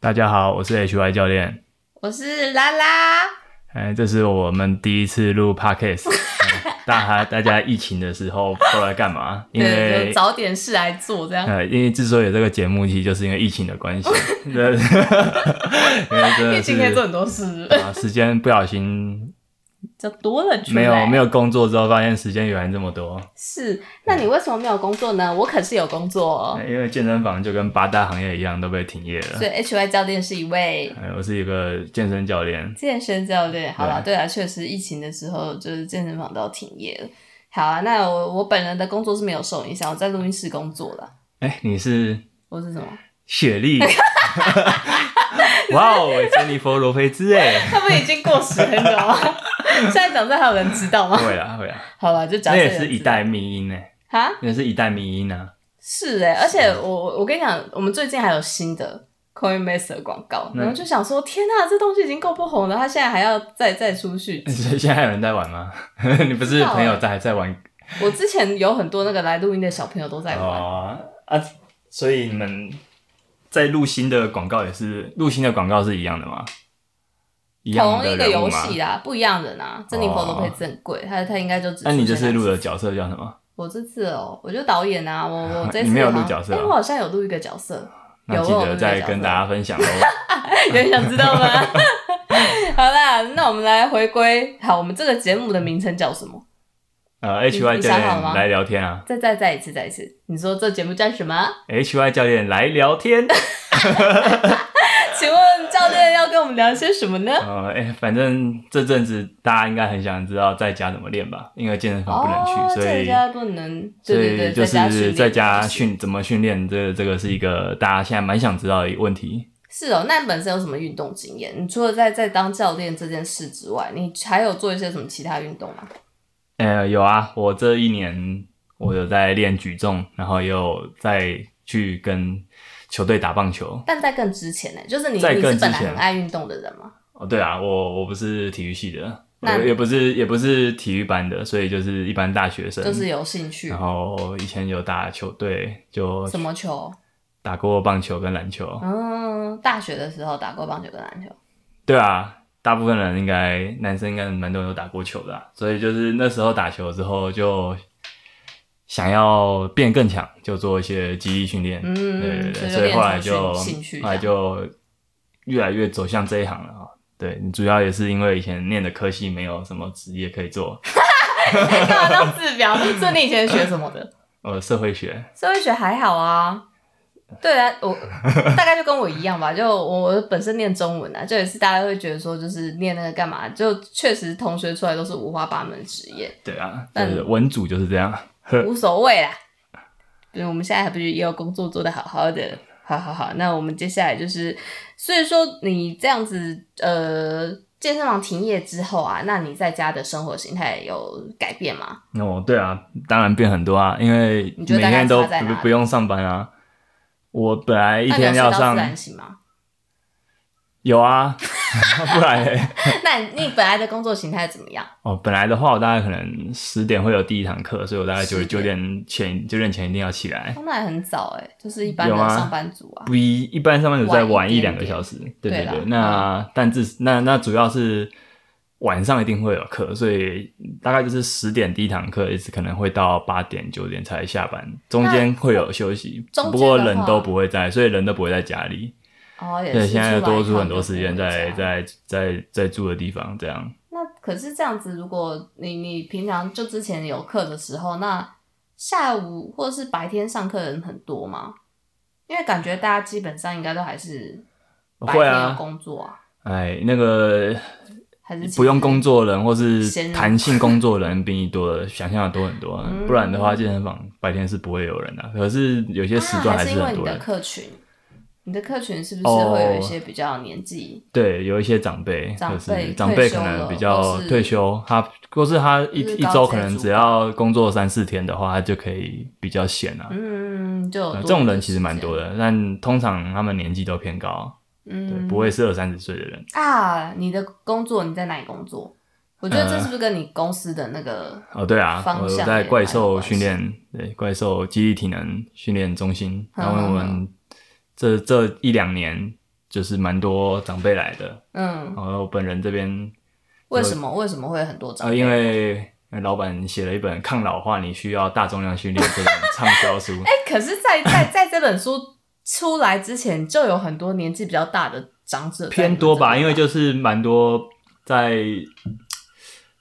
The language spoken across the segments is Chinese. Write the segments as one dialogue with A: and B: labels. A: 大家好，我是 HY 教练。
B: 我是拉拉，
A: 哎，这是我们第一次录 podcast，哎大家大家疫情的时候都来干嘛？因
B: 对，
A: 为
B: 就找点事来做这样。
A: 呃，因为之所以有这个节目，其实就是因为疫情的 关系。对 因为嗯真
B: 疫
A: 的
B: 情可以
A: 是
B: 做很 多事，
A: 啊，时间不小心
B: 就多了出来。
A: 没有没有工作之后，发现时间原来这么多。
B: 是，那你为什么没有工作呢？我可是有工作、哦。
A: 哎因为健身房就跟八大行业一样都被停业了
B: 所。以 H Y 教练是一位
A: 哎，我是一个健身教练。
B: 健身教练。好了，对啊，确实疫情的时候就是健身房都要停业了。好啊，那我我本人的工作是没有受影响，我在录音室工作的。
A: 哎，你是
B: 我是 什么？
A: 雪 莉？哇哦，珍妮佛罗菲兹哎。
B: 他们已经过时很久了， 现在长这还有人知道吗？
A: 会啦会啦，
B: 好了，哦就假
A: 那
B: 设
A: 也
B: 有人
A: 是一
B: 知道
A: 代迷音呢、
B: 哈。
A: 那也是一代迷音啊。
B: 是哎、而且我我我跟你讲，我们最近还有新的 Coinbase 的广告，
A: 嗯
B: 然后就想说，天呐、这东西已经够不红了，它现在还要再再出续集。
A: 所以现在还有人在玩吗？ 你不是朋友
B: 啊
A: 在还在玩
B: 我之前有很多那个来录音的小朋友都在玩，
A: 哦啊？所以你们在录新的广告也是录新的广告是一样的吗？一样
B: 同
A: 的
B: 一个
A: 人物
B: 游
A: 吗？哦
B: 戏啦，不一样人啊，珍妮佛罗佩兹很贵，他他应该就只。
A: 那你这次录
B: 了？
A: 的角色叫什么？
B: 我这次哦、我就导演啊，我 我这次
A: 你没有录
B: 好像
A: 角色啊
B: 哎我好像有录一个角色，
A: 那记
B: 有我有
A: 得
B: 录
A: 再
B: 一个角
A: 跟
B: 色
A: 大家分享哦。
B: 有人想知道吗？ 好啦，那我们来回归，好，我们这个节目的名称叫什么？
A: 呃
B: 你
A: ，H Y
B: 你
A: 教
B: 想好了
A: 练
B: 吗
A: 来聊天啊
B: 再再再一次，再一次，你说这节目叫什么？
A: ，H Y 教练来聊天。
B: 请问教练要跟我们聊些什么呢？
A: 呃，哎、反正这阵子大家应该很想知道在家怎么练吧，因为健身房不能去，
B: 哦，
A: 所
B: 在
A: 以
B: 家不能，
A: 所
B: 对
A: 以
B: 对对，
A: 就
B: 家训
A: 是
B: 练
A: 在家
B: 就是
A: 训怎么训练，这这个是一个大家现在蛮想知道的一个问题。
B: 是哦。那你本身有什么运动经验？你除了在在当教练这件事之外，你还有做一些什么其他运动吗？
A: 呃，有啊，我这一年我有在练举重，然后也有在去跟球队打棒球。
B: 但在更之前呢，就是你
A: 在
B: 你
A: 更
B: 是
A: 之
B: 本来
A: 前
B: 很爱运动的人吗？
A: 哦，对啊，我我不是体育系的，我
B: 那
A: 也不是也不是体育班的，所以就是一般大学生。
B: 就是有兴
A: 嗯
B: 趣
A: 然，后以前有打球队，就
B: 什么球？
A: 哦打过棒球跟篮球。
B: 嗯，大学的时候打过棒球跟篮球。
A: 对啊，大部分人应该男生应该蛮多人都打过球的啊、所以就是那时候打球之后就想要变更强，就做一些肌力训练。
B: 嗯
A: 对对对，
B: 所以就
A: 所以后来
B: 练成
A: 就
B: 兴趣
A: 后来就越来越走向这一行了啊、对，主要也是因为以前念的科系没有什么职业可以做，
B: 干嘛当啊字表？ 所以你以前学什么的？
A: 呃，社会学，
B: 社会学还好啊。对啊， 我大概就跟我一样吧，就我我本身念中文啊，就也是大家会觉得说，就是念那个干嘛？就确实同学出来都是五花八门的职 业，
A: 对啊，就
B: 但
A: 是文组就是这样。
B: 无所谓啦。对，我们现在还不是也有工作做得好好的，好好好。那我们接下来就是，所以说你这样子呃，健身房停业之后啊，那你在家的生活形态有改变吗？
A: 哦，对啊，当然变很多啊，因为
B: 你
A: 每
B: 觉得大概
A: 天都
B: 差在哪
A: 不
B: 里
A: 不用上班啊。我本来一
B: 那你有
A: 天
B: 睡
A: 要
B: 到
A: 上
B: 自然醒吗？
A: 有啊， 不然嘞
B: 那你你本来的工作形态怎么样？
A: 哦，本来的话我大概可能十点会有第一堂课，所以我大概九
B: 10
A: 九点前九点前一定要起来。
B: 哦那也很早哎、就是一般
A: 有
B: 的
A: 吗
B: 上班族啊。
A: 不一一般上班族再
B: 晚
A: 晚
B: 一
A: 一两
B: 点
A: 个
B: 点
A: 小时，对
B: 对
A: 对
B: 啦嗯
A: 对。那、但至那那主要是晚上一定会有课，所以大概就是十点第一堂课，一直可能会到八点九点才下班，中间会有休息，只
B: 中间
A: 不过
B: 的
A: 人
B: 话
A: 都不会在，所以人都不会在家里。
B: 哦，也
A: 对，
B: 是。
A: 现在多
B: 出
A: 出
B: 来
A: 很多时间在
B: 看看这样。
A: 在在在住的地方，这样。
B: 那可是这样子，如果你你平常就之前有课的时候，那下午或是白天上课的人很多吗？因为感觉大家基本上应该都还是白
A: 会
B: 天有
A: 啊，
B: 工作啊，
A: 哎，那个
B: 还是
A: 不用
B: 工。
A: 工作人或
B: 闲
A: 是
B: 人
A: 弹性工作人比你多的想象的多很多啊
B: 嗯，
A: 不然的话健身房白天是不会有人的、可是有些时段
B: 啊、还
A: 是
B: 因
A: 很
B: 为你
A: 多
B: 的
A: 人，
B: 客群，你的客群是不是
A: 哦
B: 会有一些比较年纪？
A: 对，有一些长辈，
B: 长
A: 就
B: 辈
A: 是
B: 退
A: 长辈
B: 休
A: 可能
B: 了
A: 比
B: 或
A: 较
B: 是
A: 退休，他或是他一
B: 就是
A: 一
B: 高
A: 周
B: 阶
A: 可能
B: 主
A: 只要工作三四天的话，他就可以比较闲啊。
B: 嗯，就有
A: 呃
B: 多
A: 这种
B: 余的
A: 人其实蛮
B: 时间
A: 多。的，但通常他们年纪都偏高，对，
B: 嗯，
A: 不会是二三十岁的人。
B: 啊，你的工作你在哪里工作？我觉得这
A: 呃
B: 是不是跟你公司的那个？
A: 哦，对啊，
B: 方
A: 我
B: 向
A: 在
B: 也
A: 怪
B: 蛮有
A: 兽
B: 关
A: 训
B: 系
A: 练，对怪兽肌力体能训练中心，
B: 嗯
A: 然后我
B: 嗯
A: 们这这一两年就是蛮多长辈来的，
B: 嗯，
A: 然后本人这边
B: 为什么为什么会有很多长
A: 呃，
B: 辈？
A: 因为老板写了一本《抗老化你需要大重量训练》这本畅销书，
B: 哎、可是在，在在这本书出来之前，就有很多年纪比较大的长者在
A: 偏多吧，
B: 你
A: 因
B: 们
A: 为
B: 这边
A: 就是蛮多在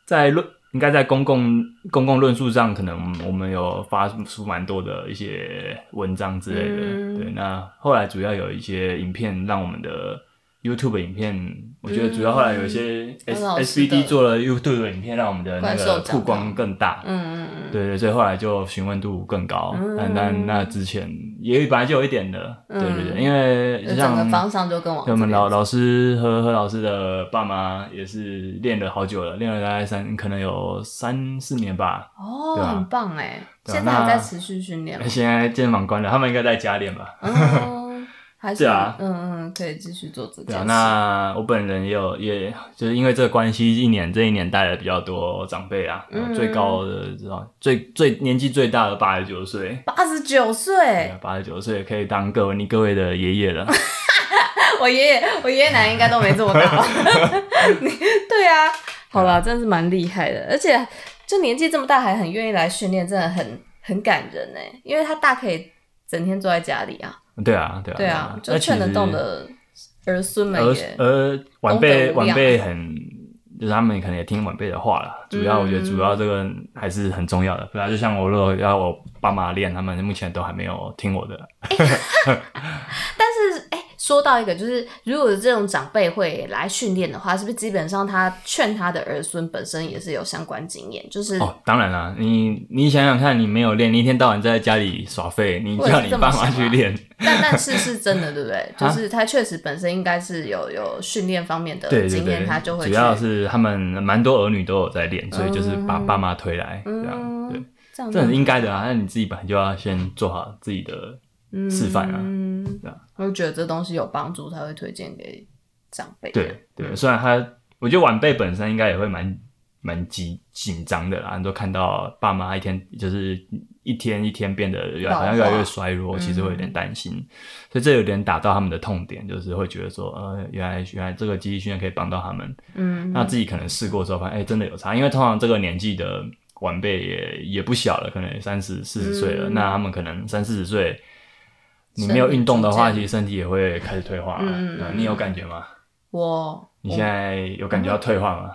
A: 在论应该在公共公共论述上，可能我们有发出蛮多的一些文章之类的。
B: 嗯
A: 对，那后来主要有一些影片，让我们的 YouTube 影片，我觉得主要后来有一些
B: 嗯
A: S、
B: 很好吃
A: SBD
B: 的
A: 做了 YouTube 的影片，让我们的那
B: 怪兽
A: 个
B: 长
A: 曝光更大。
B: 嗯嗯嗯，
A: 对对，所以后来就询问度更高。
B: 嗯
A: 但但那之前也本来就有一点的，
B: 嗯
A: 对对对，因为
B: 就
A: 就
B: 整个
A: 像
B: 方向就更往
A: 对我们
B: 哦这边
A: 老老师和何老师的爸妈也是练了好久了，练了大概三可能有三四年吧。
B: 哦，
A: 对啊
B: 很棒哎、
A: 对啊
B: 现在还
A: 那
B: 在持续训练 吗？
A: 现在健身房关了，他们应该在家练吧？
B: 嗯，还是
A: 哎对啊
B: 嗯嗯，可以继续做这
A: 对
B: 件
A: 啊，
B: 事。
A: 那我本人也有，也就是因为这个关系，一年这一年带了比较多长辈啊，
B: 嗯
A: 呃最高的知道最最年纪最大的八十九岁，啊
B: 八十九岁，
A: 八十九岁可以当各位你各位的爷爷了。
B: 我爷爷我爷爷奶奶应该都没 这么大吧。你对啊，好啦，真的是蛮厉害的，而且就年纪这么大还很愿意来训练，真的很很感人哎，因为他大可以整天坐在家里啊，
A: 对啊，对啊，
B: 对啊，就
A: 那其
B: 劝得
A: 实
B: 动的儿孙呃们
A: 而
B: 也，
A: 而晚
B: 功德
A: 辈
B: 无量啊
A: 晚辈很，就是他们可能也听晚辈的话了。主要我觉得主要这个还是很重要的，对啊，就像我如果要我爸妈练，他们目前都还没有听我的。
B: 但是哎、说到一个，就是如果这种长辈会来训练的话，是不是基本上他劝他的儿孙本身也是有相关经验，就是
A: 哦，当然啦、你你想想看，你没有练，你一天到晚在家里耍废，你
B: 我也
A: 叫
B: 是
A: 你
B: 这么
A: 爸妈
B: 想
A: 去
B: 啊
A: 练，
B: 但但是是真的，对 不对？就
A: 啊
B: 是他确实本身应该是有有训练方面的
A: 对对
B: 经验，
A: 对
B: 呃他就，会
A: 主
B: 去
A: 要是他们蛮多儿女都有在练，所以就是把
B: 嗯
A: 爸妈推来这样，
B: 嗯
A: 对，啊
B: 这样
A: 这
B: 子
A: 很应该的啊。那你自己本来就要先做好自己的示范啊
B: 嗯
A: 对啊，
B: 我就觉得这东西有帮助，才会推荐给长辈。啊
A: 对
B: 嗯
A: 对，虽然他，我觉得晚辈本身应该也会蛮蛮紧紧张的啦。你都看到爸妈一天就是一天一天变得越来
B: 老
A: 好像越来
B: 化嗯
A: 越衰弱，其实会有点担心，所以这有点打到他们的痛点，就是会觉得说，呃，原来原来这个记忆训练可以帮到他们。
B: 嗯，
A: 那自己可能试过之后发现，哎、真的有差，因为通常这个年纪的晚辈也也不小了，可能三十四十岁了，
B: 嗯
A: 那他们可能三四十岁。你
B: 身
A: 没有
B: 体
A: 运动的
B: 逐
A: 话，
B: 渐
A: 其实身体也会开始退化、啊。
B: 嗯嗯
A: 对
B: 嗯
A: 你有感觉吗？
B: 我
A: 你现在有感觉到退化吗？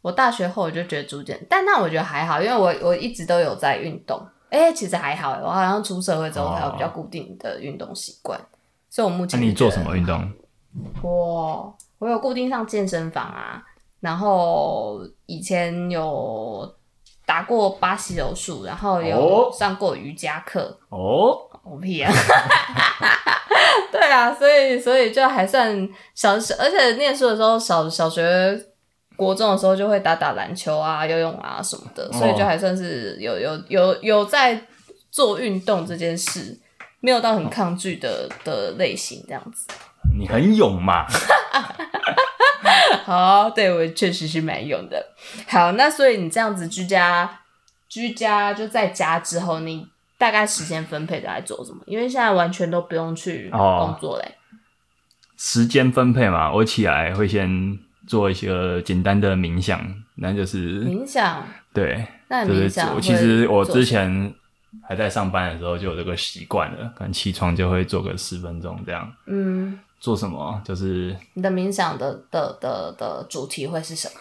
B: 我大学后我就觉得逐渐，但那我觉得还好，因为我我一直都有在运动。哎、其实还好，我好像出社会之后才有比较固定的运动习惯，所以我目
A: 哦那、
B: 前
A: 你
B: 就觉
A: 做
B: 得
A: 什么运动？
B: 我我有固定上健身房啊，然后以前有打过巴西柔术，然后有
A: 哦
B: 上过瑜伽课。
A: 哦，
B: 我屁啊！ 对啊，所以所以就还算小，小而且念书的时候，小小学、国中的时候就会打打篮球啊、游泳啊什么的，所以就还算是有有有有在做运动这件事，没有到很抗拒的的类型这样子。
A: 你很勇嘛？
B: 好，对我确实是蛮勇的。好，那所以你这样子居家，居家就在家之后，你大概时间分配来做什么？因为现在完全都不用去
A: 哦
B: 工作嘞。
A: 时间分配嘛，我起来会先做一些简单的冥想，那就是
B: 冥想，
A: 嗯对，
B: 那你
A: 就
B: 冥
A: 是
B: 想
A: 我
B: 会
A: 其实我
B: 做
A: 之前还在上班的时候就有这个习惯了，可能起床就会做个十分钟这样。
B: 嗯，
A: 做什么？就是
B: 你的冥想的的的的主题会是什么？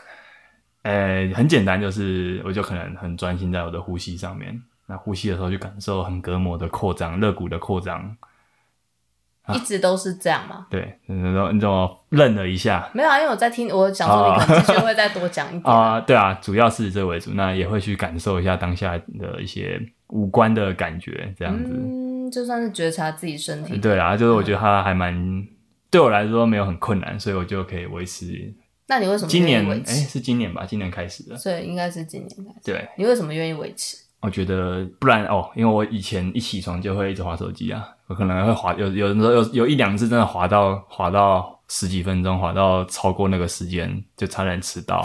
A: 呃，很简单，就是我就可能很专心在我的呼吸上面。那呼吸的时候去感受横膈膜的扩张、肋骨的扩张，啊
B: 一直都是这样吗？
A: 对，然后你怎么愣了一下，
B: 没有啊，因为我在听，我想说你可能继续会再多讲一点。
A: 啊、对啊，主要是这为主，那也会去感受一下当下的一些五官的感觉，这样子。
B: 嗯，就算是觉察自己身体，
A: 对啦，就是我觉
B: 嗯
A: 得它还蛮对我来说没有很困难，所以我就可以维持。
B: 那你为什么
A: 今年
B: 愿意维
A: 哎、
B: 持？
A: 是今年吧？今年开始的。
B: 所以应该是今年开始。
A: 对，
B: 你为什么愿意维持？
A: 我觉得不然哦，因为我以前一起床就会一直划手机啊，我可能会划有有的时候有有一两次真的划到划到十几分钟，划到超过那个时间就差点迟 到，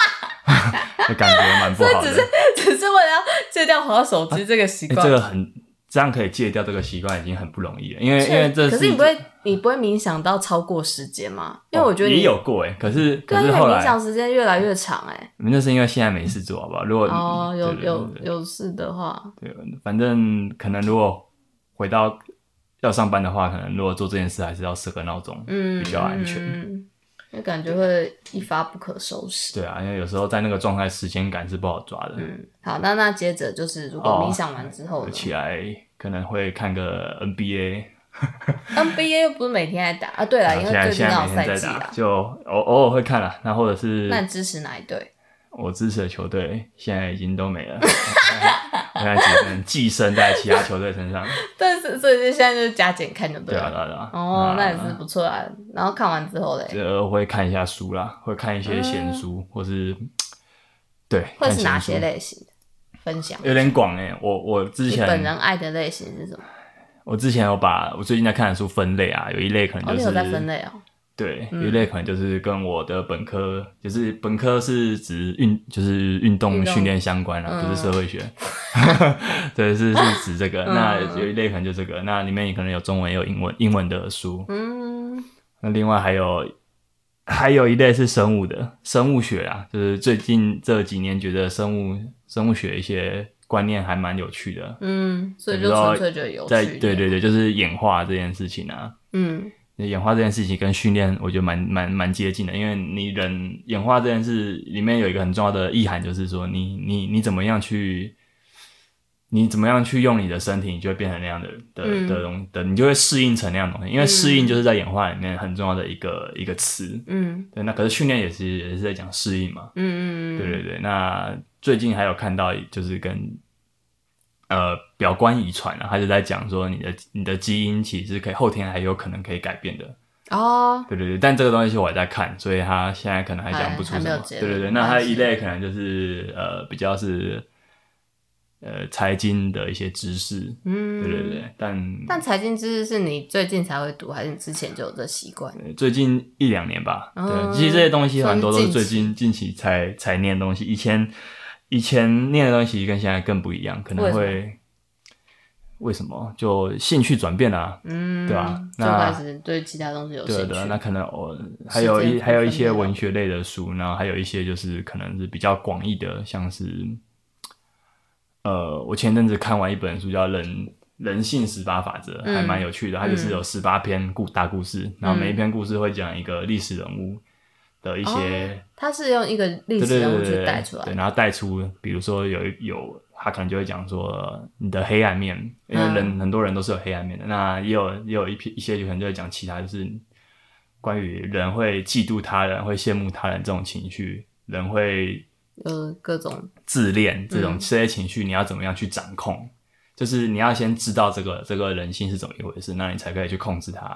A: 就感觉蛮不好的。
B: 只是为了要戒掉滑手机这个习
A: 欸
B: 惯、
A: 这个很，这样可以戒掉这个习惯已经很不容易了，因为因
B: 确
A: 为哎这
B: 可是你
A: 一
B: 不会，你不会冥想到超过时间吗？因为我觉得
A: 哦
B: 你
A: 也有过哎，可是
B: 对
A: 可
B: 啊，因
A: 是
B: 为
A: 后
B: 冥
A: 来
B: 想时间越来越长哎、
A: 那是因为现在没事做，好不好？如果
B: 哦，有
A: 嗯对对
B: 有
A: 对
B: 有事的话，
A: 对，反正可能如果回到要上班的话，可能如果做这件事还是要设个闹钟。
B: 嗯，
A: 比较安全
B: 嗯，因为感觉会一发不可收拾。
A: 对啊，因为有时候在那个状态，时间感是不好抓的。
B: 嗯，好，那那接着就是，如果
A: 哦
B: 冥想完之后
A: 我
B: 呢、
A: 起来可能会看个 NBA，
B: n b a 又不是每天在打啊？对
A: 然
B: 了，
A: 后
B: 因
A: 现
B: 为
A: 在
B: 最近
A: 现在
B: 刚
A: 每
B: 好
A: 天
B: 赛
A: 在
B: 季
A: 打，
B: 啦。
A: 就偶偶尔会看了。那或者是
B: 那你支持哪一队？
A: 我支持的球队现在已经都没了，我现在只能寄生在其他球队身 上。
B: 但是所以就现在就是加减看就
A: 对啊，
B: 了。
A: 对啊，对啊。
B: 哦，那也是不错啊。然后看完之后嘞，
A: 这会看一下书啦，会看一些闲书，或是对，
B: 嗯会
A: 看
B: 是哪
A: 闲书
B: 些类型的？分享
A: 有点广哎、我我之
B: 你本人
A: 前
B: 爱的类型是什么？
A: 我之前有把我最近在看的书分类啊，有一类可
B: 哦，
A: 能
B: 你
A: 就
B: 有
A: 是、
B: 在分类哦。
A: 对，
B: 嗯
A: 有一类可能就是跟我的本科，就是本科是指运就是运
B: 运
A: 动
B: 动
A: 训练相关啦、
B: 嗯
A: 不是社 会学， 对，是是指这个。
B: 嗯
A: 那有一类可能就这个，那里面也可能有中文也有英文英文的书，
B: 嗯，
A: 那另外还有还有一类是生物的生物学啊，就是最近这几年觉得生物生物学一些观念还蛮有趣的，
B: 嗯，所以
A: 比
B: 就
A: 如说
B: 纯粹觉得有趣
A: 在
B: 一点。
A: 对对对，就是演化这件事情啊。
B: 嗯
A: 演化这件事情跟训练，我觉得蛮蛮蛮接近的，因为你人演化这件事里面有一个很重要的意涵，就是说你你你怎么样去，你怎么样去用你的身体，你就会变成那样的的
B: 嗯
A: 的东的，你就会适应成那样的东西，因为适应
B: 嗯
A: 就是在演化里面很重要的一个一个词。
B: 嗯
A: 对，那可是训练也是也是在讲适应嘛。
B: 嗯嗯，嗯
A: 对对，对，那最近还有看到就是跟呃表观遗传啊，他就在讲说你的你的基因其实是可以后天还有可能可以改变的。
B: 哦，
A: 对对对，但这个东西是我还在看，所以他现在可能还讲不出
B: 还
A: 什
B: 还没有
A: 么。
B: 结
A: 对
B: 论
A: 对对，那他
B: 没关系
A: 一类可能就是呃比较是呃财经的一些知识。
B: 嗯，
A: 对对。对，但
B: 但财经知识是你最近才会读，还是你之前就有这习惯？
A: 呃最近一两年吧，
B: 嗯
A: 对，其实这些东西蛮多都是
B: 算是近
A: 最
B: 期
A: 近近期才才念的东西，以前以前念的东西跟现在更不一样，可能
B: 为
A: 会为什么就兴趣转变啦、
B: 嗯，
A: 对啊
B: 就
A: 那
B: 开始对其他东西有兴
A: 对
B: 趣。
A: 的，那可能哦，还
B: 时间
A: 有
B: 部
A: 一
B: 分
A: 还有一些
B: 没有
A: 文学类的书，然后还有一些就是可能是比较广义的，像是呃，我前阵子看完一本书叫《人人性十八法则》，
B: 嗯嗯
A: 还蛮有趣的。它就是有十八篇故大故事，然后每一篇故事会讲一个历史人物的一些
B: 哦它是用一个
A: 对
B: 历史
A: 对
B: 人
A: 对
B: 物
A: 对
B: 去
A: 对
B: 带出来
A: 对，
B: 的。
A: 然后带出，比如说有一有他可能就会讲说你的黑暗面，因为
B: 嗯
A: 人、很多人都是有黑暗面的，那也有也有一批一些就可能就会讲其他就是关于人会嫉妒他人、会羡慕他人这种情绪，人会
B: 呃，各种
A: 自恋这种
B: 嗯
A: 这些情绪，你要怎么样去掌控？就是你要先知道这个这个人性是怎么一回事，那你才可以去控制它，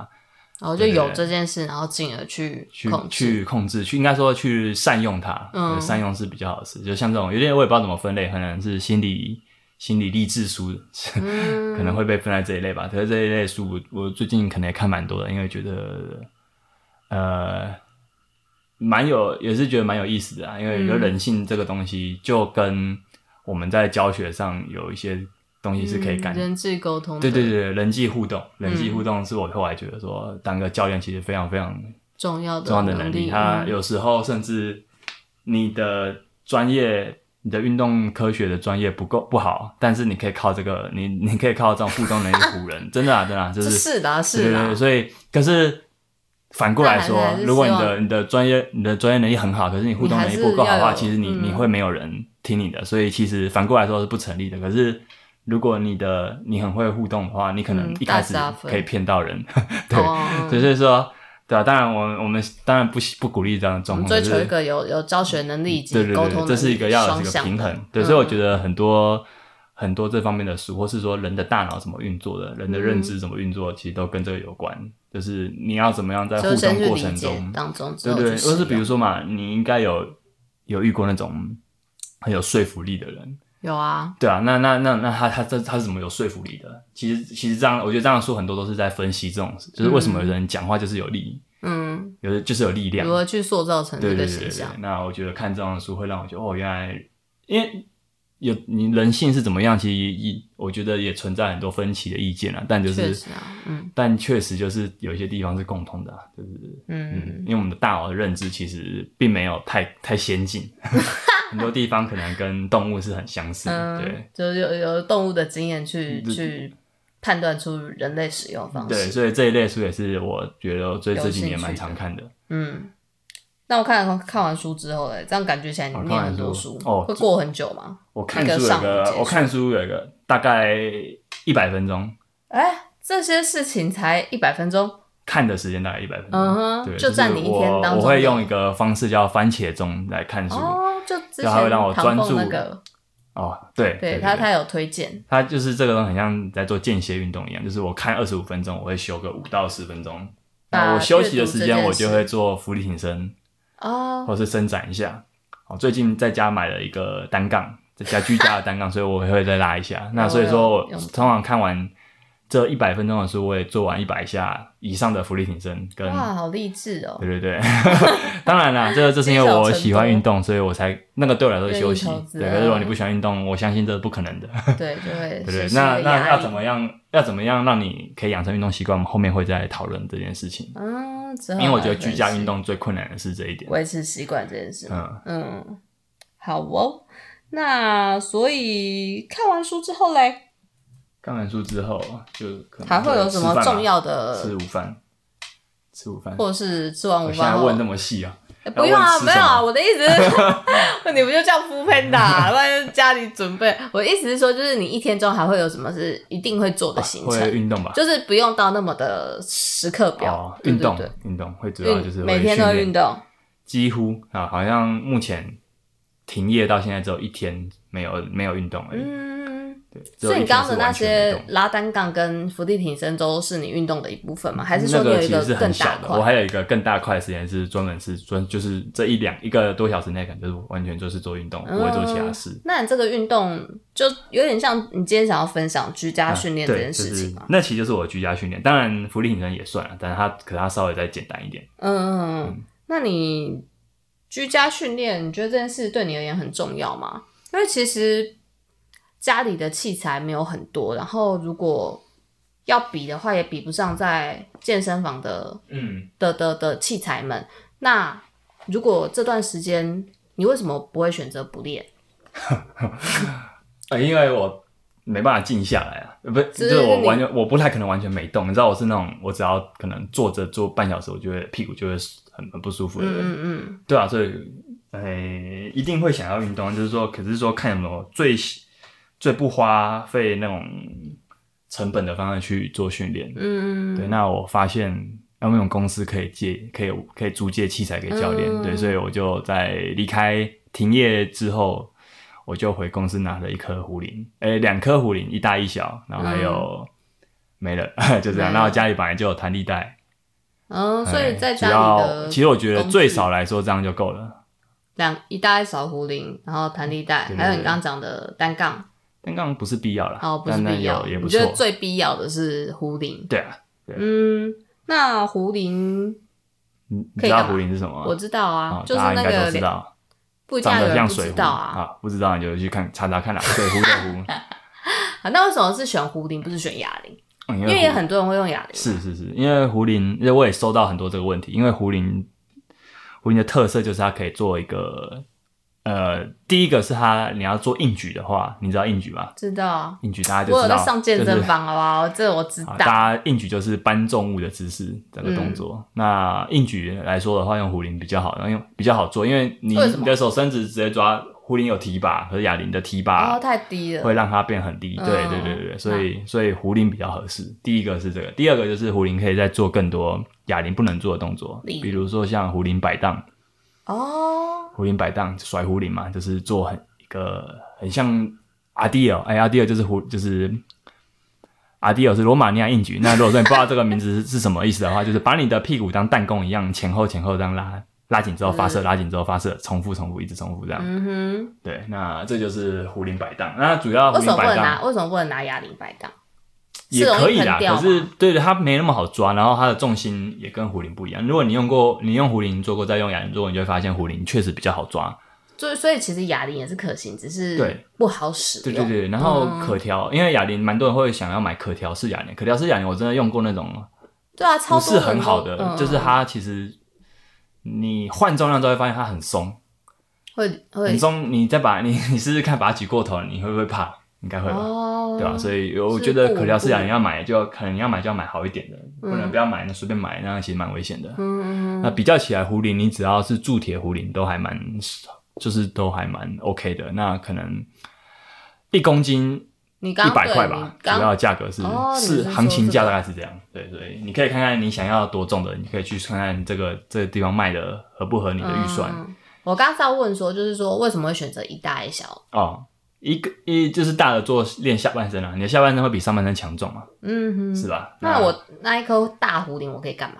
B: 然后就
A: 对对
B: 有
A: 对
B: 这件事，然后进而去
A: 去
B: 控制。
A: 去控制，去应该说去善用它，
B: 嗯
A: 对善用是比较好的事。就像这种有点我也不知道怎么分类，可能是心理心理励志书，
B: 嗯，
A: 可能会被分在这一类吧。可是这一类书我我最近可能也看蛮多的，因为觉得呃蛮有也是觉得蛮有意思的啊，因为
B: 嗯
A: 有人性这个东西就跟我们在教学上有一些东西是可以感
B: 嗯人际沟通的
A: 对对对，人际互动，人际
B: 嗯
A: 互动是我后来觉得说，当个教练其实非常非常
B: 重要的
A: 重要的能力。它
B: 嗯
A: 有时候甚至你的专业、你的运动科学的专业不够不好，但是你可以靠这个，你 你可以靠这种互动能力唬人， 真的啊，真的啊，就
B: 这
A: 是
B: 是的
A: 对
B: 啊，是
A: 对
B: 的
A: 对，
B: 啊。
A: 所以可是。反过来说
B: 那还是还，是
A: 如果你
B: 希
A: 的你的专业你的专业能力很好，可是你互动能力不够好的
B: 你
A: 话，
B: 还是要有
A: 其实你
B: 嗯
A: 你会没有人听你的，所以其实反过来说是不成立的。可是如果你的你很会互动的话，你可能
B: 嗯
A: 一开始
B: 大加分
A: 可以骗到人，对，
B: 哦
A: 所以就是说，对啊，当然我们我们当然不不鼓励这样的
B: 我
A: 状
B: 们
A: 况，
B: 嗯追求
A: 可
B: 一
A: 是
B: 个有有教学能力以及
A: 对对
B: 沟通
A: 对，
B: 能力，
A: 这是一个要有
B: 双
A: 这个
B: 向
A: 平
B: 的
A: 衡。对，所以我
B: 嗯
A: 觉得很多很多这方面的书，或是说人的大脑怎么运作的，人的认知怎么运作，其实都跟这个有关。就是你要怎么样在互
B: 就先
A: 动
B: 去
A: 过
B: 理
A: 程
B: 解
A: 中，
B: 当中之
A: 对
B: 后去
A: 对，
B: 使
A: 或是比如
B: 用
A: 说嘛，你应该有有遇过那种很有说服力的人，
B: 有啊，
A: 对啊，那那那那他他这他是怎么有说服力的？其实其实这样，我觉得这样说很多都是在分析这种，就是为什么有人讲话就是有力，
B: 嗯，
A: 有的就是有力量
B: 如，何去塑造成
A: 对
B: 这
A: 对
B: 个
A: 对对
B: 形
A: 对
B: 象，
A: 那我觉得看这样的书会让我觉得哦，原来因为有你人性是怎么样，其实也也我觉得也存在很多分歧的意见啊。但就
B: 确
A: 是，
B: 实啊，嗯
A: 但确实就是有一些地方是共通的、啊，就是
B: 嗯，
A: 嗯，因为我们的大脑的认知其实并没有太太先 进，很多地方可能跟动物是很相似的，
B: 嗯，就是有有动物的经验去
A: 对
B: 去判断出人类使用方
A: 对对，
B: 式。
A: 所以这一类书也是我觉得我最
B: 有
A: 这几年
B: 兴趣
A: 蛮
B: 的
A: 常看的。
B: 嗯，那我看看完书之后嘞，这样感觉起来你
A: 哦看
B: 念
A: 完
B: 很多
A: 书
B: 书，
A: 哦
B: 会过很久吗？
A: 我看
B: 一个
A: 书有
B: 上午
A: 个
B: 结，
A: 我
B: 束
A: 看书有一个大概一百分钟，
B: 哎、这些事情才一百分钟，
A: 看的时间大概一百分钟，
B: 嗯哼
A: 对，
B: 就
A: 就是
B: 占你一天
A: 我
B: 当中
A: 我会
B: 的
A: 用一个方式叫番茄钟来看书。
B: 哦，就之前
A: 然后让我
B: 唐
A: 专
B: 凤
A: 注
B: 那个，
A: 哦对，
B: 对
A: 对
B: 他
A: 对
B: 他有推荐，
A: 它就是这个东西，很像在做间歇运动一样，就是我看二十五分钟，我会休个五到十分钟。那
B: 把
A: 我休息
B: 阅
A: 的
B: 读
A: 时
B: 这
A: 间，
B: 件
A: 我就
B: 事
A: 会做浮力挺身，
B: 哦，
A: 或是伸展一下。哦，最近在家买了一个单杠，在家居家的单 杠，所以我也会再拉一下。那所以说我
B: 哦有有
A: 通常看完这一百分钟的书，我也做完一百下以上的浮力挺身跟
B: 哇，好励志哦，
A: 对对对， 当然啦，这个这是因为我喜欢运动，所以我才那个对我来说是休息
B: 愿意投。资
A: 对，
B: 啊
A: 可是如果你不喜欢运动，我相信这是不可 能的，
B: 对，就会
A: 对不对
B: 失？去
A: 那
B: 了
A: 那
B: 压
A: 要
B: 力
A: 怎么样？要怎么样让你可以养成运动习惯？我们后面会再讨论这件事情，
B: 嗯，之后
A: 因为我觉得
B: 来分
A: 居家
B: 析
A: 运动最困难的是这一点。
B: 维持习惯这件事。
A: 嗯，
B: 嗯，好哦。那所以看完书之后嘞，
A: 看完书之后就可能
B: 还会有什么
A: 吃饭吧
B: 重要
A: 吃
B: 的，
A: 午饭，吃午饭。
B: 或者是吃完午
A: 我现
B: 饭
A: 在
B: 后
A: 问？那么细啊，
B: 哎不用啊，
A: 要问吃
B: 没有啊，
A: 什么
B: 我的意思 是，你不就叫 f o o Panda，不然就是家里准备。我的意思是说，就是你一天中还会有什么是一定会做的行
A: 啊会
B: 程，
A: 运动吧？
B: 就是不用到那么的时刻表
A: 哦，，
B: 对
A: 运动
B: 对
A: 运动会主
B: 对，
A: 要
B: 运
A: 就是会
B: 每天都
A: 训
B: 会
A: 练
B: 运动。
A: 几乎啊，好像目前停业到现在只有一天没有没有运动而已。
B: 嗯，
A: 对，只有
B: 所以
A: 一天
B: 你刚
A: 是
B: 刚的那
A: 完全
B: 些
A: 运动
B: 拉单杠跟伏地挺身都是你运动的一部分吗？还是说
A: 嗯那
B: 你有
A: 个
B: 一
A: 其实是
B: 更
A: 很
B: 大
A: 小的，我
B: 块？
A: 还有一个更大块的时间是专门是专就是这一两一个多小时内，可能就是完全就是做运动，不会做其
B: 嗯
A: 他事。
B: 那你这个运动就有点像你今天想要分享居家训练这
A: 啊对，
B: 件
A: 就
B: 事
A: 是
B: 情嘛？
A: 那其实就是我的居家训练，当然福利挺身也算了，但是它可是它稍微再简单一点。
B: 嗯嗯嗯。那你居家训练，你觉得这件事对你而言很重要吗？因为其实家里的器材没有很多，然后如果要比的话，也比不上在健身房的
A: 嗯，
B: 的的的器材们。那如果这段时间你为什么不会选择不练？
A: 呃，因为我没办法静下来啊，呃不
B: 就是
A: 就是我
B: 你
A: 完全我不太可能完全没动，你知道我是那种我只要可能坐着坐半小时，我就会屁股就会很很不舒服的
B: 嗯
A: 人，
B: 嗯嗯，
A: 对啊，所以呃一定会想要运动，就是说，可是说看有没有最最不花费那种成本的方式去做训练，
B: 嗯
A: 对，那我发现。那我们有公司可以借，可以可以租借器材给教练，
B: 嗯
A: 对，所以我就在离开停业之后，我就回公司拿了一颗壶铃，诶、两颗壶铃，一大一小，然后还有、没了， 就这样。
B: 嗯没了
A: 然后家里本来就有弹力带，
B: 嗯，所以
A: 哎
B: 在
A: 只
B: 家里
A: 要
B: 的
A: 其实我觉得
B: 工具
A: 最少来说这样就够了。
B: 两一大一小壶铃，然后弹力带，
A: 对对
B: 还有你
A: 对
B: 刚刚讲的单杠，
A: 但刚刚不是必要啦，
B: 哦，不是
A: 啊但但
B: 必要，
A: 有也
B: 你
A: 不
B: 觉得
A: 错。
B: 最必要的是壶铃。
A: 对啊，
B: 嗯，那壶铃
A: 你你
B: 可
A: 知
B: 以干
A: 道
B: 嘛
A: 壶铃是什么吗？
B: 我知道
A: 啊
B: 啊，，就是
A: 大家
B: 那
A: 应该
B: 个
A: 都知道，
B: 不一定
A: 长得
B: 有人
A: 像
B: 不
A: 水
B: 知
A: 壶
B: 道啊。
A: 不知道你就去看查查看啦，水壶的 壶，
B: 啊，那为什么是选壶铃不是选哑铃？
A: 嗯
B: 因为也
A: 壶
B: 很多人会用哑铃。啊
A: 是是是，因为胡林，因为我也收到很多这个问题，因为胡林，胡林的特色就是它可以做一个，呃，第一个是它你要做硬举的话，你知道硬举吧？
B: 知道啊，
A: 硬举大家就
B: 我有
A: 知道，
B: 在上健
A: 就是
B: 身房，好不好？这我知
A: 啊，
B: 道。
A: 大家硬举就是搬重物的姿势这个
B: 嗯
A: 动作。那硬举来说的话，用壶铃比较好，然后用比较好做，因为你
B: 为什么
A: 你的手伸直直接抓壶铃有提把，和哑铃的提把
B: 哦，太低了。
A: 会让它变很低。
B: 嗯
A: 对对对对对，所以所以壶铃比较合适。第一个是这个，第二个就是壶铃可以再做更多哑铃不能做的动作，
B: 例如
A: 比如说像壶铃摆荡，
B: 哦，
A: 壶铃摆荡甩壶铃嘛，就是做很一个很像阿迪尔，哎，阿迪尔就是壶就是。阿迪尔是罗马尼亚硬举。那如果说你不知道这个名字是是什么意思的话，就是把你的屁股当弹弓一样前后前后这样拉，拉紧之后发射，拉紧之后发射，重复重复，一直重复这样。
B: 嗯
A: 对，那这就是壶铃摆荡。那主要
B: 哼，
A: 壶
B: 为什
A: 铃
B: 么不
A: 摆
B: 能
A: 荡
B: 拿？为什么不能拿哑铃摆荡？
A: 也可以啦，
B: 是容易
A: 可
B: 喷掉
A: 是
B: 吗
A: 对对，它没那么好抓，然后它的重心也跟壶铃不一样。如果你用过，你用壶铃做过，再用哑铃做过，你就会发现壶铃确实比较好抓。
B: 所以所以其实哑铃也是可行，只是
A: 对
B: 不好使
A: 对
B: 用。
A: 对对，然后
B: 嗯
A: 可调，因为哑铃蛮多人会想要买可调式哑铃，可调式哑铃我真的用过那种
B: 对啊，
A: 不
B: 超多
A: 是
B: 人
A: 很
B: 都
A: 好的，
B: 嗯
A: 就是它其实你换重量之后会发现它很松，
B: 会会
A: 很松，你再把你你试试看把它举过头，你会不会怕？应该会吧。
B: 哦，
A: 对吧、啊所以我
B: 是
A: 觉得
B: 不
A: 可调式哑
B: 不
A: 铃要买就要，可能你要买就要买好一点的，不能
B: 嗯
A: 不要买那随便买，那样其实蛮危险的。
B: 嗯嗯
A: 那比较起来，壶铃你只要是铸铁壶铃都还蛮，就是都还蛮 OK 的。那可能一公斤
B: 你刚
A: 一百
B: 对
A: 块
B: 你
A: 吧，主
B: 刚
A: 要价格是、
B: 哦你是
A: 是
B: 说
A: 行情价
B: 这
A: 大
B: 个
A: 概是这样。对所以你可以看看你想要多重的，你可以去看看这个这个地方卖的合不合你的预算、
B: 嗯我刚刚是要问说，就是说为什么会选择一大一小？
A: 哦。一个一就是大的做练下半身啊，你的下半身会比上半身强壮嘛，
B: 嗯哼，
A: 是吧？
B: 那我那一颗大壶铃我可以干嘛？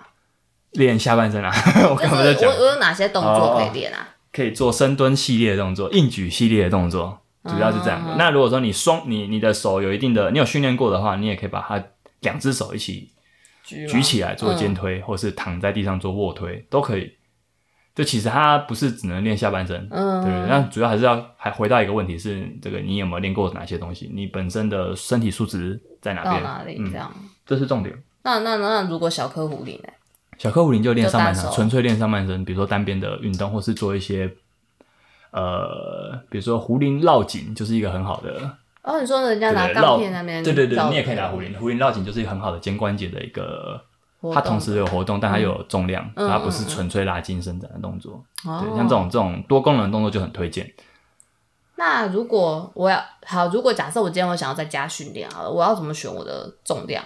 A: 练下半身啊， 我
B: 就
A: 刚
B: 是
A: 刚在
B: 我
A: 讲，哦
B: 我有哪些动作可以练啊？
A: 可以做深蹲系列的动作、硬举系列的动作，主要是这样的。
B: 嗯
A: 那如果说你双你你的手有一定的，你有训练过的话，你也可以把它两只手一起
B: 举嗯
A: 举起来做肩
B: 肩，
A: 推，或是躺在地上做卧推都可以。就其实它不是只能练下半身，
B: 嗯，
A: 对，那主要还是要还回到一个问题是，这个你有没有练过哪些东西？你本身的身体素质在哪
B: 到
A: 边？
B: 哪里
A: 嗯
B: 这样？
A: 这是重点。
B: 那那那如果小颗壶铃呢？
A: 小克五零就练上半身
B: 就，单手
A: 纯粹练上半身，比如说单边的运动，或是做一些呃，比如说壶铃绕颈，就是一个很好的
B: 哦，你说人家
A: 对
B: 拿
A: 对
B: 钢
A: 绕
B: 片那嗯边绕，
A: 对对对，你也可以拿壶铃，壶铃绕颈就是一个很好的肩关节的一个，
B: 活动
A: 它
B: 的，
A: 同时有活动，但它又有重量，
B: 嗯
A: 它不是纯粹拉筋伸展的动作。
B: 哦
A: 对，像这种这种多功能动作就很推荐。
B: 那如果我要好，如果假设我今天我想要在家训练好了，我要怎么选我的重量？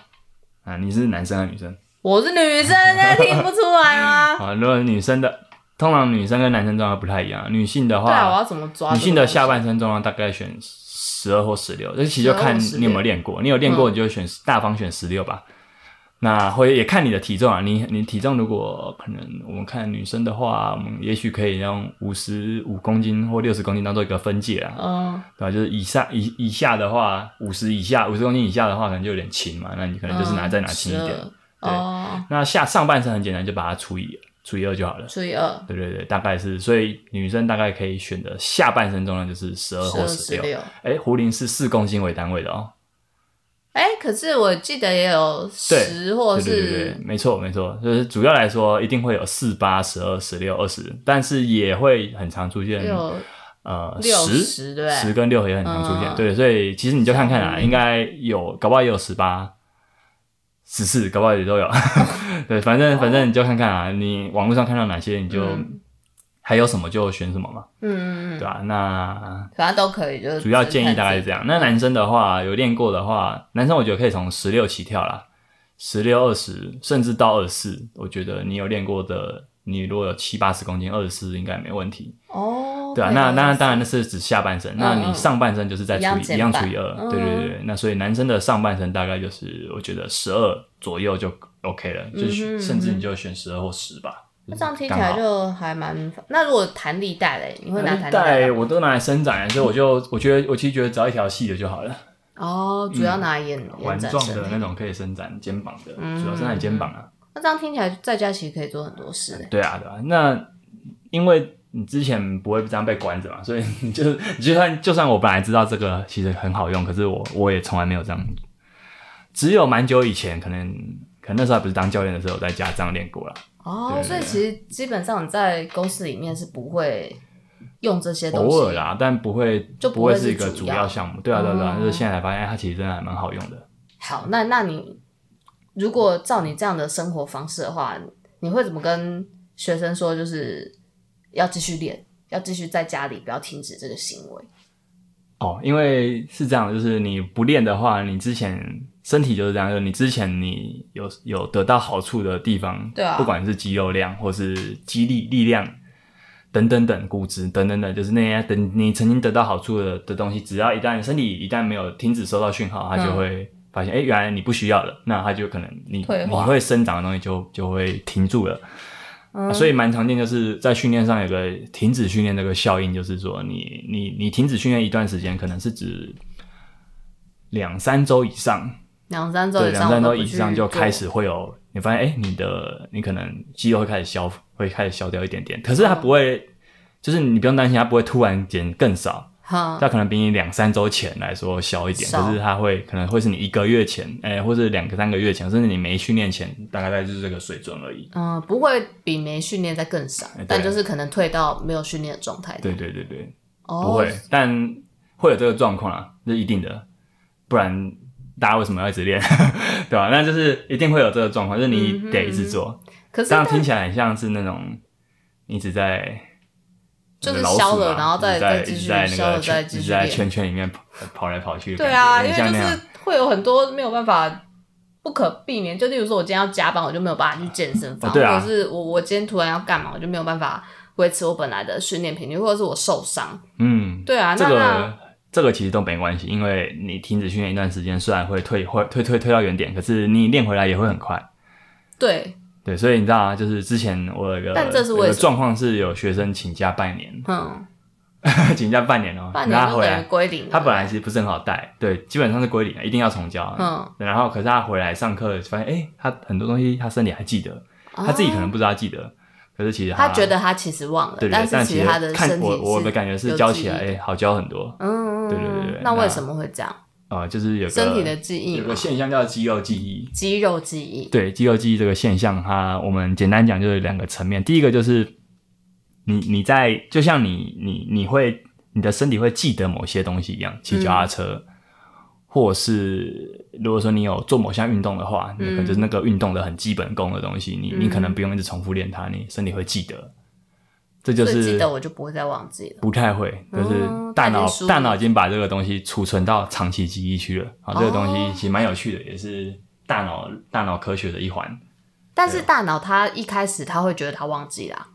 A: 啊，你是男生还是女生？
B: 我是女生， 那听不出来吗？
A: 啊，如果女生的，通常女生跟男生状态不太一样，女性的
B: 对啊，我
A: 话，
B: 要怎么抓？
A: 女性的下，半身重量大概选十二或十六，这其实就
B: 12或
A: 看
B: 16
A: 你有没有练过。你有练过，你就选大方选十六吧。那会也看你的体重啊，你你体重如果可能，我们看女生的话，我们也许可以用五十五公斤或六十公斤当做一个分界啊，
B: 嗯
A: 对吧？就是以上以以下的话，五十以下五十公斤以下的话，可能就有点轻嘛，那你可能就是拿
B: 嗯
A: 再拿轻一点。
B: 12
A: 对
B: 哦，
A: 那下上半身很简单，就把它除以除以二就好了。
B: 除以二，
A: 对对对，大概是，所以女生大概可以选择下半身重量就是十二
B: 十
A: 或
B: 哦二
A: 十
B: 十
A: 六。
B: 六。
A: 哎，壶铃是四公斤为单位的哦。
B: 哎，可是我记得也有
A: 对
B: 十或
A: 对对对对
B: 是，
A: 没错没错，就是主要来说一定会有四八、十二、十六、二十，但是也会很常出现
B: 有
A: 呃
B: 六
A: 十
B: 十对不
A: 十
B: 对？
A: 跟六也很常出现。
B: 嗯
A: 对，所以其实你就看看
B: 小
A: 啊，
B: 壶铃
A: 应该有，搞不好也有十八。十四，搞不好也都有， 对，反正反正你就看看啊，你网络上看到哪些，你就、
B: 嗯
A: 还有什么就选什么嘛。
B: 嗯嗯
A: 对
B: 嗯，
A: 吧、那
B: 反正都可以，就是
A: 主要建议大概是
B: 只
A: 这样。
B: 看
A: 那
B: 自己
A: 男生的话，有练过的话，男生我觉得可以从十六起跳啦，十六、二十，甚至到二十四。我觉得你有练过的，你如果有七八十公斤，二十四应该没问题，
B: 哦，
A: 对啊，
B: 可以
A: 那
B: 这
A: 那
B: 样
A: 当然那是指下半身，
B: 嗯
A: 那你
B: 嗯
A: 上半身就是再
B: 一
A: 除
B: 样
A: 以
B: 减
A: 一样除
B: 半
A: 以二，
B: 嗯
A: 对对对。那所以男生的上半身大概就是我觉得十二左右就 OK 了，就
B: 嗯哼
A: 是
B: 嗯
A: 甚至
B: 哼
A: 你就选十二或十吧。
B: 那这样听起
A: 刚
B: 来
A: 好
B: 就还蛮……那如果弹力带嘞，你会拿弹
A: 带
B: 力带吗？
A: 我都拿来伸展，所以我就我觉得我其实觉得只要一条细的就好了，
B: 哦，主要拿延
A: 丸
B: 延展
A: 状嗯的那
B: 身。
A: 种可以伸展肩膀的，
B: 嗯
A: 主要伸展肩膀啊。
B: 那这样听起来，在家其实可以做很多事嘞。
A: 对啊，对啊。那因为你之前不会这样被关着嘛，所以你就你就算就算我本来知道这个其实很好用，可是我我也从来没有这样，只有蛮久以前可能 可能那时候还不是当教练的时候，在家这样练过了。
B: 哦
A: 对，
B: 所以其实基本上你在公司里面是不会用这些东西。
A: 偶尔啦，但不会
B: 就不
A: 不
B: 会
A: 是
B: 是
A: 一个
B: 主
A: 主
B: 要
A: 要项目。对啊，对啊，对啊
B: 哦
A: 就是现在才发现，哎它其实真的还蛮好用的。
B: 好，那那你如果照你这样的生活方式的话，你会怎么跟学生说？就是要继续练，要继续在家里，不要停止这个行为。
A: 哦，因为是这样的，就是你不练的话，你之前身体就是这样，就是你之前你有有得到好处的地方，
B: 对啊
A: 不管是肌肉量或是肌力、力量等等等、骨质等等等，就是那些等你曾经得到好处的的东西，只要一旦身体一旦没有停止收到讯号，它就
B: 嗯
A: 会发现，哎、原来你不需要了，那它就可能你
B: 退
A: 你
B: 化
A: 会生长的东西就就会停住了。
B: 嗯
A: 啊所以蛮常见，就是在训练上有个停止训练这个效应，就是说你你你停止训练一段时间，可能是指两三周以上，
B: 两三周
A: 对，
B: 以上，
A: 两三周以上就开
B: 始。
A: 始会有，你
B: 哦
A: 发现哎、诶你的你可能肌肉会开始消会开始消掉一点点，可是它不会就是你不用担心它不会突然减更少，
B: 哈，
A: 它可能比你两三周前来说小一点，
B: 嗯少
A: 可是它会可能会是你一个月前，哎、或者两个三个月前，甚至你没训练前，大概就是这个水准而已。
B: 嗯，不会比没训练再更少
A: 哎对，
B: 但就是可能退到没有训练的状态。
A: 对，对对对，
B: 哦，
A: 不会，但会有这个状况啊，这是一定的，不然大家为什么要一直练， 对吧、那就是一定会有这个状况，就是
B: 嗯
A: 你
B: 哼
A: 得一直做。
B: 可是
A: 这样
B: 但
A: 听起来很像是那种一直在
B: 就是
A: 老鼠
B: 消了
A: 啊
B: 然后再
A: 一直在
B: 再继续
A: 一直在那
B: 消
A: 个
B: 了再
A: 圈
B: 继续
A: 一直在
B: 练
A: 圈圈里面跑跑来跑去的
B: 对
A: 感觉，
B: 啊，因
A: 有
B: 为
A: 点像
B: 就
A: 那样
B: 是会有很多没有办法不可避免，就例如说我今天要加班，我就没有办法去健身房，
A: 哦对啊
B: 或者是我我今天突然要干嘛，我就没有办法维持我本来的训练频率，或者是我受伤。
A: 嗯，
B: 对啊，
A: 这
B: 那那
A: 个这个其实都没关系，因为你停止训练一段时间，虽然会退会退退退到原点，可是你练回来也会很快。
B: 对，
A: 对，所以你知道啊，就是之前我有一个，
B: 但这是为
A: 有一个
B: 什么
A: 状况是有学生请假半年，
B: 嗯，
A: 请假半年哦、
B: 半
A: 然
B: 年
A: 后他回
B: 就等于
A: 来，
B: 归零了。
A: 他本来其实不是很好带，对，基本上是归零，一定要重教。
B: 嗯，
A: 然后可是他回来上课，发现哎、诶他很多东西他身体还记得，他自己可能
B: 哦
A: 不知道记得，可是其实
B: 他觉得他其实忘了，
A: 对对，
B: 但
A: 对
B: 是
A: 但
B: 其
A: 其
B: 实他的
A: 看
B: 身体
A: 我我的
B: 是
A: 感觉是
B: 有
A: 教
B: 记
A: 起来
B: 忆
A: 哎、诶好教很多
B: 嗯，
A: 对对对对
B: 那为
A: 那
B: 什么会这样？
A: 啊、呃就是有个
B: 身体的记忆
A: 有
B: 嘛
A: 个，现象叫肌肉记忆。
B: 肌肉记忆。
A: 对肌肉记忆这个现象，它我们简单讲就是两个层面。第一个就是你你在就像你你你会你的身体会记得某些东西一样，骑脚踏车，或是如果说你有做某项运动的话，你可能就是那个运动的很基本功的东西，你你可能不用一直重复练它，你身体会记得。这就
B: 所以
A: 是
B: 记得我就不会再忘记了。
A: 不太会，
B: 哦
A: 就是大
B: 它
A: 脑、
B: 已经输入
A: 大脑已经把这个东西储存到长期记忆去了。啊，
B: 哦
A: 这个东西其实蛮有趣的，也是大脑大脑科学的一环。
B: 但
A: 啊
B: 是大脑他一开始他会觉得他忘记啦，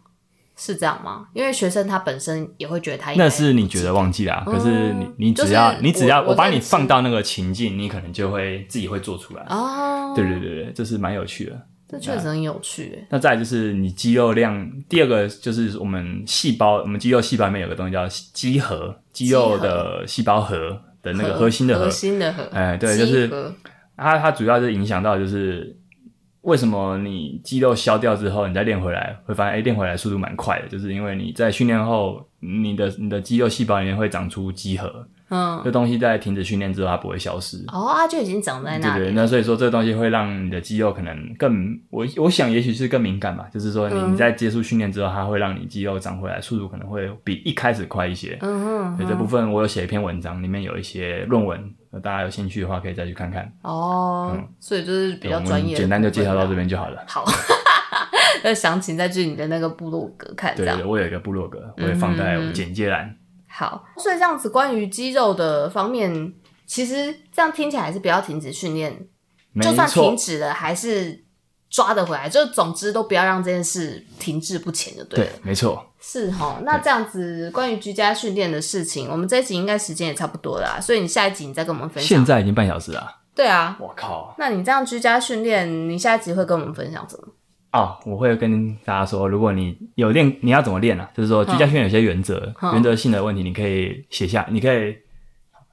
B: 是这样吗？因为学生他本身也会觉得他应该
A: 那是你觉得忘记啦，
B: 哎嗯
A: 可是你你
B: 就是
A: 只要、你只要
B: 我
A: 我把你
B: 我在
A: 放到那个情境，你可能就会自己会做出来。
B: 哦，
A: 对对，对对，这是蛮有趣的。
B: 这确实很有趣耶。
A: 那再来就是你肌肉量，第二个就是我们细胞，我们肌肉细胞里面有个东西叫肌核，肌肉的细胞核的那个核心的核
B: 核，心的核，
A: 哎对就是
B: 集合
A: 它它主要是影响到就是为什么你肌肉消掉之后，你再练回来，会发现哎练回来速度蛮快的，就是因为你在训练后，你的你的肌肉细胞里面会长出肌核，
B: 嗯，
A: 这东西在停止训练之后它不会消失。
B: 哦，啊，就已经长在那
A: 对对，
B: 里。
A: 那所以说这个东西会让你的肌肉可能更，我我想也许是更敏感吧，就是说你、
B: 嗯
A: 你在接触训练之后，它会让你肌肉长回来速度可能会比一开始快一些。
B: 嗯
A: 对
B: 哼，
A: 这部分我有写一篇文章，里面有一些论文，呃大家有兴趣的话可以再去看看。
B: 哦，所以就是比
A: 对嗯
B: 较
A: 我们
B: 专业的部分啊，
A: 简单就介绍到这边就好了。
B: 好， 那详情再去你的那个部落格看，这
A: 对
B: 样嗯
A: 对，我有一个部落格，我会放在我简介栏。
B: 好，所以这样子关于肌肉的方面，其实这样听起来还是不要停止训练，
A: 没
B: 就算
A: 错，
B: 停止了，还是抓得回来。就总之都不要让这件事停滞不前，就对了。
A: 对，没错，
B: 是哈，那这样子关于居家训练的事情，我们这一集应该时间也差不多了啊所以你下一集你再跟我们分享
A: 现。在已经半小时了。
B: 对啊，
A: 我靠！
B: 那你这样居家训练，你下一集会跟我们分享什么？
A: 哦，我会跟大家说，如果你有练，你要怎么练啊？就是说居家训练有些原则，
B: 嗯
A: 原则性的问题你可以写下，你可以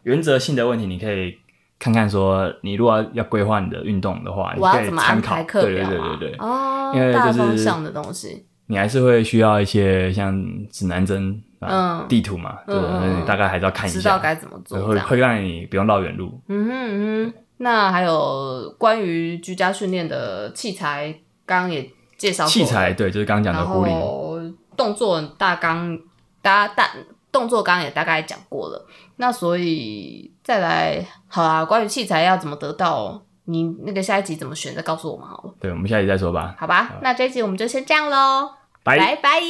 A: 原则性的问题你可以看看说，你如果要规划你的运动的话，你
B: 我要
A: 哎可
B: 怎
A: 以
B: 么安
A: 参考。
B: 排课
A: 对对
B: 表
A: 对
B: 啊？
A: 对对，
B: 哦，
A: 因为
B: 大
A: 就是
B: 方向的东西。
A: 你还是会需要一些像指南针、啊
B: 嗯
A: 地图嘛，对，
B: 嗯嗯嗯
A: 你大概还是要看一
B: 知道
A: 下，
B: 该怎么做，这
A: 会
B: 样。
A: 会让你不用绕远路。
B: 嗯哼嗯哼，那还有关于居家训练的器材，刚刚也介绍过
A: 器材，对，就是刚刚讲的
B: 然
A: 壶铃。
B: 后动作大纲，大家大动作刚刚也大概讲过了。那所以再来，好啦，关于器材要怎么得到，你那个下一集怎么选，再告诉我们好了，
A: 对，我们下集再说吧，
B: 好吧？那这一集我们就先这样喽，
A: 拜。
B: 拜拜